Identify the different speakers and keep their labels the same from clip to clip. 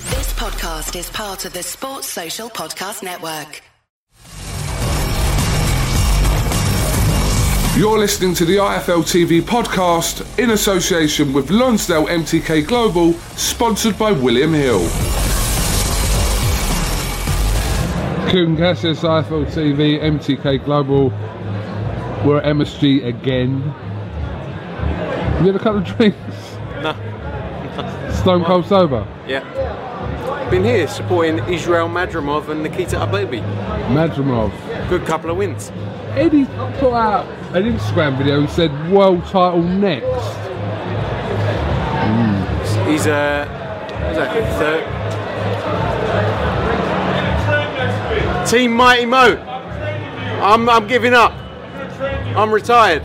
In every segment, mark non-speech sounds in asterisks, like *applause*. Speaker 1: podcast is part of the Sports Social Podcast Network.
Speaker 2: You're listening to the IFL TV podcast in association with Lonsdale MTK Global, sponsored by William Hill. Coon Cassius, IFL TV, MTK Global. We're at MSG again. Have you had a couple of drinks?
Speaker 3: No.
Speaker 2: Stone cold sober.
Speaker 3: Yeah. Been here supporting Israel Madrimov and Nikita Ababi.
Speaker 2: Madrimov.
Speaker 3: Good couple of wins.
Speaker 2: Eddie put out an Instagram video and said world title next.
Speaker 3: He's a. what's that, third? Team Mighty Mo. I'm, I'm giving up. I'm retired. *laughs*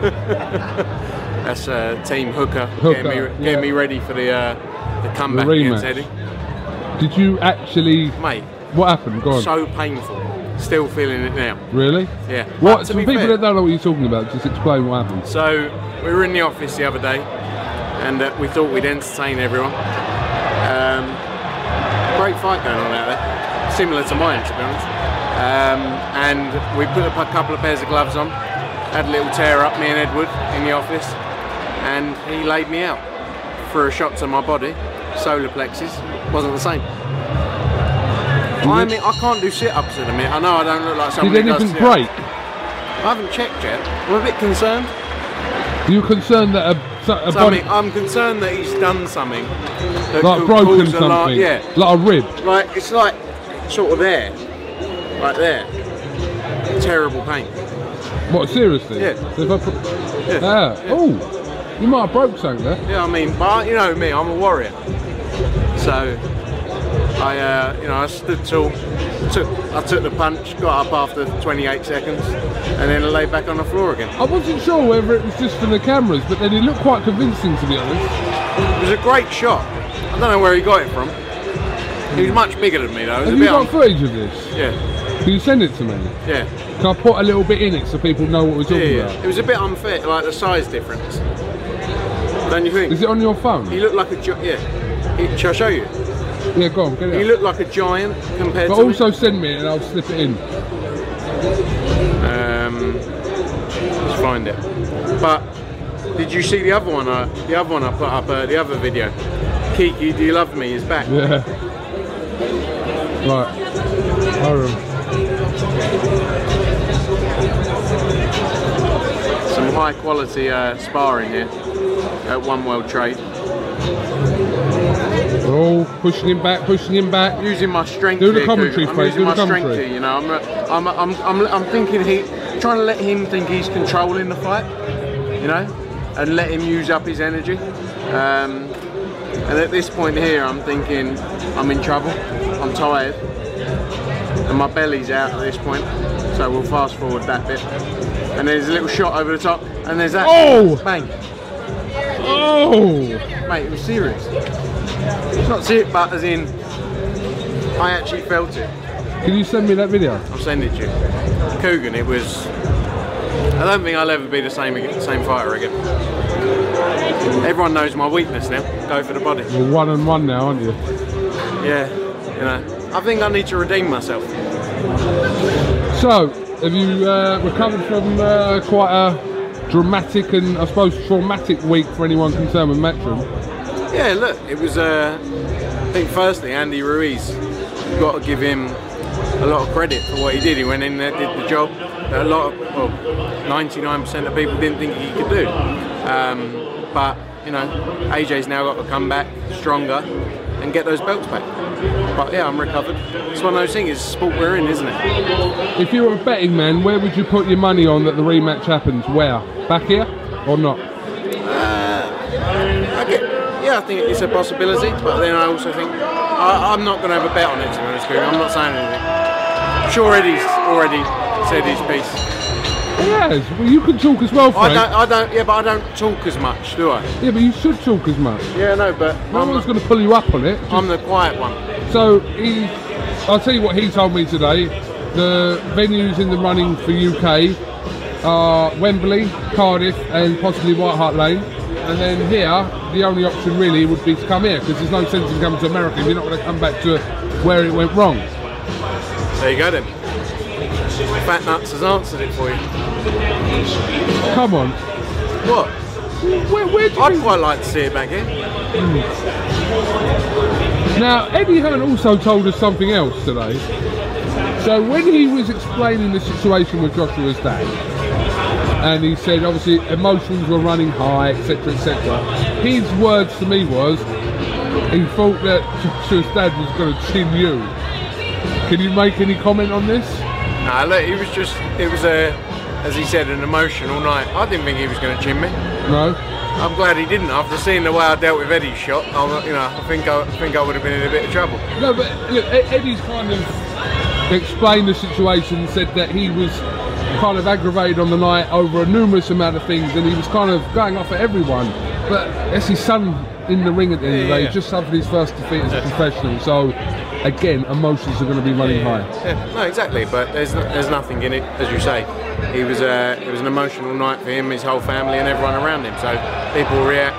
Speaker 3: That's uh, Team Hooker, getting, me,
Speaker 2: Hooker,
Speaker 3: getting
Speaker 2: yeah.
Speaker 3: me ready for the uh, the comeback
Speaker 2: The
Speaker 3: against
Speaker 2: rematch.
Speaker 3: Eddie.
Speaker 2: Did you actually?
Speaker 3: Mate,
Speaker 2: What happened? Go on.
Speaker 3: so painful. Still feeling it now.
Speaker 2: really?
Speaker 3: Yeah.
Speaker 2: What?
Speaker 3: But to
Speaker 2: For
Speaker 3: be
Speaker 2: people
Speaker 3: fair-
Speaker 2: that don't know what you're talking about, just explain what happened.
Speaker 3: So we were in the office the other day, and uh, we thought we'd entertain everyone. Um, great fight going on out there, similar to mine to be honest. Um, and we put up a couple of pairs of gloves on, had a little tear up, me and Edward in the office, and he laid me out for a shot to my body. Solar plexus wasn't the same. I mean, I can't do sit ups at the minute. I know I don't look like someone
Speaker 2: Did
Speaker 3: who does
Speaker 2: anything
Speaker 3: sit-ups.
Speaker 2: break?
Speaker 3: I haven't checked yet. I'm a bit concerned.
Speaker 2: You're concerned that a, so- a body,
Speaker 3: Something. I'm concerned that he's done something. That
Speaker 2: like
Speaker 3: could
Speaker 2: broken
Speaker 3: cause a
Speaker 2: something,
Speaker 3: lar- yeah.
Speaker 2: like a rib.
Speaker 3: Like it's like sort of there, like there. Terrible pain.
Speaker 2: What? Seriously?
Speaker 3: Yeah.
Speaker 2: So if I put,
Speaker 3: Yeah.
Speaker 2: Ah, Oh, you might have broke something there.
Speaker 3: Yeah, I mean, but you know me, I'm a warrior. So I, uh, you know, I stood tall. Took, I took the punch, got up after 28 seconds, and then I lay back on the floor again.
Speaker 2: I wasn't sure whether it was just from the cameras, but then it looked quite convincing to be honest.
Speaker 3: It was a great shot. I don't know where he got it from. He was much bigger than me though. It was
Speaker 2: Have
Speaker 3: a
Speaker 2: you
Speaker 3: bit
Speaker 2: got
Speaker 3: un-
Speaker 2: footage of this?
Speaker 3: yeah,
Speaker 2: Can you send it to me?
Speaker 3: yeah.
Speaker 2: Can I put a little bit in it so people know what we're
Speaker 3: Yeah,
Speaker 2: talking
Speaker 3: yeah.
Speaker 2: about?
Speaker 3: It was a bit unfair, like the size difference. Don't you think?
Speaker 2: Is it on your phone?
Speaker 3: He looked like a gi- yeah. He, shall I show you?
Speaker 2: Yeah, go on, get
Speaker 3: He
Speaker 2: it. Up.
Speaker 3: looked like a giant compared
Speaker 2: But
Speaker 3: to
Speaker 2: also send me it and I'll slip it in.
Speaker 3: me. Um, let's find it. But did you see the other one? I, the other one I put up. Uh, the other video. Kiki, do you love me? Is back.
Speaker 2: Yeah. Right. Hold on.
Speaker 3: Some high quality uh, sparring here at One World Trade.
Speaker 2: We're all Oh, pushing him back, pushing him back.
Speaker 3: using my strength.
Speaker 2: Do the
Speaker 3: here,
Speaker 2: commentary,
Speaker 3: Cougar. I'm
Speaker 2: Fraser,
Speaker 3: using
Speaker 2: do
Speaker 3: my
Speaker 2: the
Speaker 3: strength
Speaker 2: commentary.
Speaker 3: here. You know, I'm, I'm, I'm, I'm, I'm thinking he, trying to let him think he's controlling the fight. You know, and let him use up his energy. Um, and at this point here, I'm thinking I'm in trouble. I'm tired, and my belly's out at this point. So we'll fast forward that bit. And there's a little shot over the top, and there's that.
Speaker 2: Oh!
Speaker 3: Bang!
Speaker 2: Oh!
Speaker 3: Mate, it was serious. It's not serious, but as in, I actually felt it.
Speaker 2: Can you send me that video?
Speaker 3: I'll send it to you. Coogan, it was. I don't think I'll ever be the same ag- same fighter again. Everyone knows my weakness now. Go for the body.
Speaker 2: You're one and one now, aren't you?
Speaker 3: Yeah, you know. I think I need to redeem myself.
Speaker 2: So, have you uh, recovered from uh, quite a dramatic and, I suppose, traumatic week for anyone concerned with Metron?
Speaker 3: Yeah, look, it was. Uh, I think firstly, Andy Ruiz. You've got to give him a lot of credit for what he did. He went in there, did the job. that A lot of, well, 99% of people didn't think he could do. Um, but you know, AJ's now got to come back stronger and get those belts back. But yeah, I'm recovered. It's one of those things. It's the sport we're in, isn't it?
Speaker 2: If you were a betting man, where would you put your money on that the rematch happens? Where? Back here or not?
Speaker 3: I get- yeah, I think it's a possibility. But then I also think I, I'm not going to have a bet on it. To be honest with you, I'm not saying anything. I'm sure Eddie's already said his piece.
Speaker 2: Yes, well, you can talk as well,
Speaker 3: I
Speaker 2: Frank.
Speaker 3: don't, I don't, yeah, but I don't talk as much, do I?
Speaker 2: Yeah, but you should talk as much.
Speaker 3: Yeah, no, but
Speaker 2: No one's
Speaker 3: I'm,
Speaker 2: going to pull you up on it.
Speaker 3: I'm the quiet one.
Speaker 2: So he, I'll tell you what he told me today. The venues in the running for UK are Wembley, Cardiff, and possibly White Hart Lane. and then here, the only option really would be to come here because there's no sense in coming to America if you're not going to come back to where it went wrong.
Speaker 3: There you go then. Fat Nuts has answered it for you.
Speaker 2: Come on,
Speaker 3: What?
Speaker 2: where, where do you
Speaker 3: I'd
Speaker 2: think-
Speaker 3: quite like to see it back here.
Speaker 2: Now, Eddie Hearn also told us something else today. So when he was explaining the situation with Joshua's dad, and he said obviously emotions were running high, etc., etc. His words to me was, he thought that Joshua's dad was going to chin you. Can you make any comment on this?
Speaker 3: No, look, it was just, it was a, as he said, an emotional night. I didn't think he was going to chin me.
Speaker 2: No.
Speaker 3: I'm glad he didn't. After seeing the way I dealt with Eddie's shot, I, you know, I think I, I think I would have been in a bit of trouble.
Speaker 2: No, but look, Ed- Eddie's kind of explained the situation, said that he was kind of aggravated on the night over a numerous amount of things, and he was kind of going off at everyone. But that's his son in the ring at the end of the
Speaker 3: Yeah,
Speaker 2: day.
Speaker 3: yeah.
Speaker 2: He just suffered his first defeat as a professional, so again, emotions are going to be running high.
Speaker 3: Yeah, no, exactly. But there's no, there's nothing in it, as you say. He was uh, it was an emotional night for him, his whole family, and everyone around him. So people react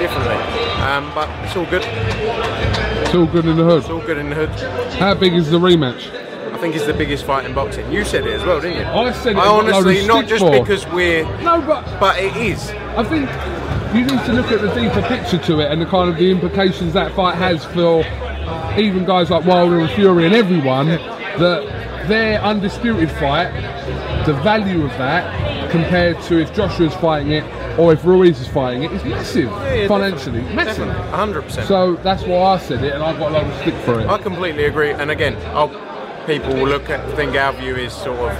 Speaker 3: differently. Um, but it's all good. It's
Speaker 2: It's all good in the hood.
Speaker 3: all good in the hood.
Speaker 2: How big is the rematch?
Speaker 3: I think it's the biggest fight in boxing. You said it as well, didn't you?
Speaker 2: I said it
Speaker 3: I
Speaker 2: and got loaded
Speaker 3: honestly, not
Speaker 2: stick
Speaker 3: just
Speaker 2: for.
Speaker 3: because we're,
Speaker 2: No, but
Speaker 3: but it is.
Speaker 2: I think you need to look at the deeper picture to it and the kind of the implications that fight has for even guys like Wilder and Fury and everyone that their undisputed fight, the value of that compared to if Joshua's fighting it or if Ruiz is fighting it is massive financially, massive.
Speaker 3: 100. percent
Speaker 2: So that's why I said it, and I've got a lot of stick for it.
Speaker 3: I completely agree. And again, I'll, people will look at think our view is sort of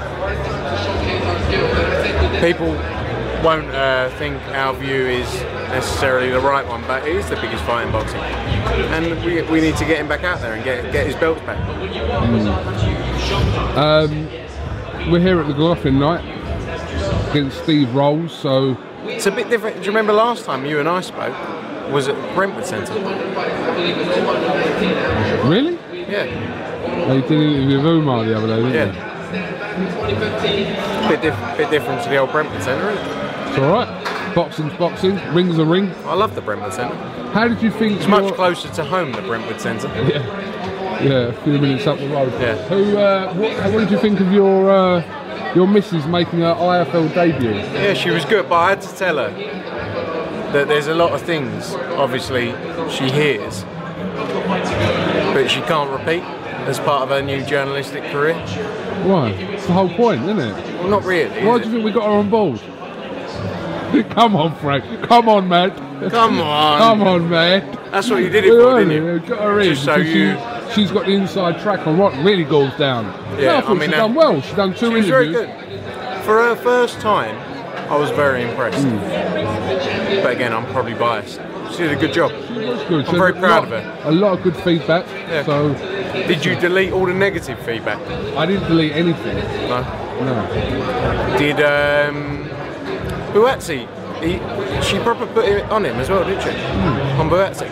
Speaker 3: people won't uh, think our view is necessarily the right one, but it is the biggest fight in boxing, and we, we need to get him back out there and get get his belts back.
Speaker 2: Um, we're here at the Goffin night against Steve Rolls, so
Speaker 3: It's a bit different. Do you remember last time you and I spoke? Was at Brentwood Centre.
Speaker 2: really,
Speaker 3: Yeah,
Speaker 2: they did an interview with Umar the other day, didn't they?
Speaker 3: yeah. Bit, diff- bit different to the old Brentwood Centre, isn't it?
Speaker 2: It's all right. Boxing's boxing. Ring's a ring.
Speaker 3: I love the Brentwood Centre.
Speaker 2: How did you think?
Speaker 3: It's much
Speaker 2: your-
Speaker 3: closer to home, the Brentwood Centre.
Speaker 2: Yeah, a few minutes up the road.
Speaker 3: Yeah.
Speaker 2: Who? Uh, what, what did you think of your uh, your missus making her IFL debut?
Speaker 3: Yeah, she was good, but I had to tell her that there's a lot of things, obviously, she hears, but she can't repeat as part of her new journalistic career.
Speaker 2: Why? It's the whole point, isn't it?
Speaker 3: Well, not really.
Speaker 2: Why
Speaker 3: is
Speaker 2: do you
Speaker 3: it?
Speaker 2: think we got her on board? *laughs* Come on, Frank. Come on, man.
Speaker 3: Come on.
Speaker 2: Come on, man.
Speaker 3: That's what you did it for, didn't you?
Speaker 2: Got her in.
Speaker 3: Just so
Speaker 2: because
Speaker 3: you.
Speaker 2: She, she's got the inside track on what really goes down.
Speaker 3: Yeah,
Speaker 2: no, I
Speaker 3: I
Speaker 2: thought
Speaker 3: mean,
Speaker 2: she's
Speaker 3: uh,
Speaker 2: done well. She's done two
Speaker 3: She was
Speaker 2: interviews.
Speaker 3: very good. For her first time, I was very impressed. But again, I'm probably biased. She did a good job.
Speaker 2: That's good.
Speaker 3: I'm very
Speaker 2: a
Speaker 3: proud
Speaker 2: lot-
Speaker 3: of her.
Speaker 2: A lot of good feedback.
Speaker 3: Yeah.
Speaker 2: So
Speaker 3: Did you delete all the negative feedback?
Speaker 2: I didn't delete anything.
Speaker 3: No.
Speaker 2: No.
Speaker 3: Did um, Buatsi? He, she proper put it on him as well, didn't she? On Buatsi.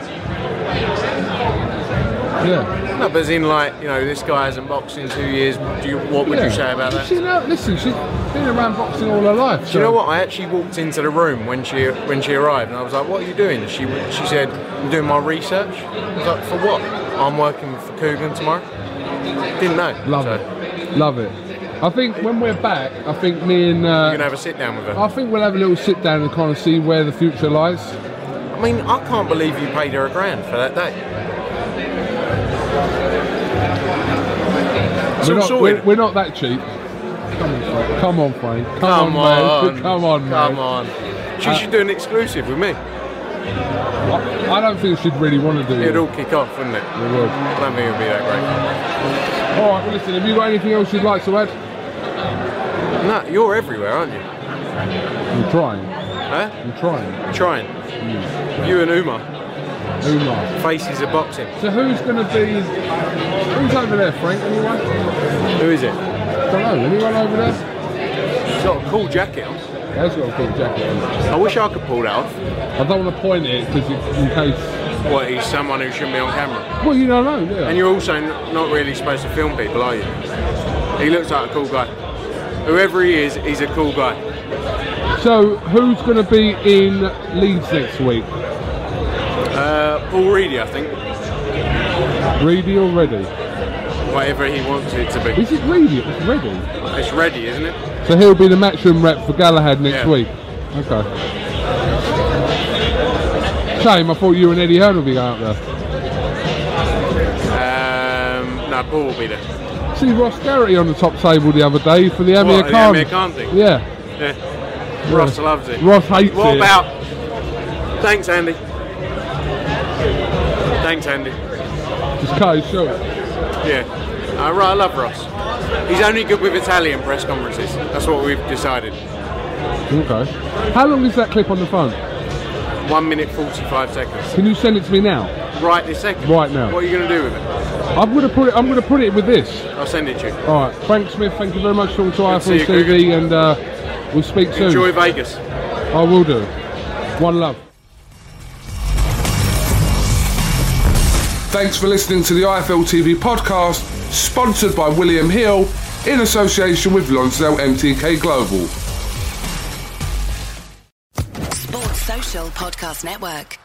Speaker 2: Yeah.
Speaker 3: No, but as in like you know, this guy hasn't boxed in two years. Do you, what would
Speaker 2: yeah.
Speaker 3: you say about that?
Speaker 2: She's out, listen, she's been around boxing all her life.
Speaker 3: Do you know what? I actually walked into the room when she when she arrived, and I was like, "What are you doing?" She w- she said, "I'm doing my research." I was like, "For what?" I'm working for Coogan tomorrow. Didn't know.
Speaker 2: Love
Speaker 3: so,
Speaker 2: it. Love it. I think when we're back, I think me and
Speaker 3: You're
Speaker 2: uh,
Speaker 3: gonna have a sit down with her.
Speaker 2: I think we'll have a little sit down and kind of see where the future lies.
Speaker 3: I mean, I can't believe you paid her a grand for that day. It's
Speaker 2: we're,
Speaker 3: all
Speaker 2: not,
Speaker 3: sorted.
Speaker 2: we're, we're not that cheap. Come on, Frank. Come,
Speaker 3: Come
Speaker 2: on,
Speaker 3: on,
Speaker 2: man. *laughs* Come on, man.
Speaker 3: Come on. She should do an exclusive with me.
Speaker 2: I, I don't think she'd really want to do
Speaker 3: It'd
Speaker 2: it.
Speaker 3: all kick off, wouldn't it?
Speaker 2: It would.
Speaker 3: I don't think it would be that
Speaker 2: All right, well, listen, have you got anything else you'd like to add?
Speaker 3: great. No, you're everywhere, aren't you?
Speaker 2: I'm trying.
Speaker 3: Huh?
Speaker 2: I'm trying.
Speaker 3: Trying. You and Uma,
Speaker 2: Hmm. Who knows?
Speaker 3: faces of boxing.
Speaker 2: So who's going to be? Who's over there, Frank? Anyone?
Speaker 3: Who is it?
Speaker 2: Don't know. Anyone over there?
Speaker 3: She's got a cool jacket on.
Speaker 2: That's got a cool jacket on.
Speaker 3: I wish I could pull that off.
Speaker 2: I don't want to point at it because in case.
Speaker 3: What, he's someone who shouldn't be on camera.
Speaker 2: Well, you don't know, do you?
Speaker 3: And you're also n- not really supposed to film people, are you? He looks like a cool guy. Whoever he is, he's a cool guy.
Speaker 2: So, who's going to be in Leeds next week?
Speaker 3: Uh, Paul Reedy, I think.
Speaker 2: Reedy or Reddy?
Speaker 3: Whatever he wants it to be.
Speaker 2: Is it Reedy? It's Reddy.
Speaker 3: It's ready, isn't it?
Speaker 2: So he'll be the matchroom rep for Galahad next
Speaker 3: Yeah.
Speaker 2: week. Okay. Shame. I thought you and Eddie Hearn would be out there.
Speaker 3: Um, no, Paul will be there.
Speaker 2: See Ross Garrity on the top table the other day for the Amir
Speaker 3: What, the
Speaker 2: Khan.
Speaker 3: Amir Khan thing?
Speaker 2: Yeah.
Speaker 3: Yeah. Ross loves it.
Speaker 2: Ross hates
Speaker 3: What
Speaker 2: it.
Speaker 3: about? Thanks, Andy. Thanks, Andy.
Speaker 2: Just cut his short.
Speaker 3: Yeah. Uh, right, I love Ross. He's only good with Italian press conferences. That's what we've decided.
Speaker 2: Okay. How long is that clip on the phone?
Speaker 3: One minute forty-five seconds.
Speaker 2: Can you send it to me now?
Speaker 3: Right this second.
Speaker 2: Right now.
Speaker 3: What are you going to do with it?
Speaker 2: I'm gonna put it. I'm gonna put it with this.
Speaker 3: I'll send it to you.
Speaker 2: All right. Frank Smith, thank you very much for talking to
Speaker 3: see
Speaker 2: iPhone
Speaker 3: you,
Speaker 2: TV, and uh, we'll speak soon.
Speaker 3: Enjoy Vegas.
Speaker 2: I will do. One love. Thanks for listening to the IFL TV podcast, sponsored by William Hill in association with Lonsdale MTK Global.
Speaker 1: Sports Social Podcast Network.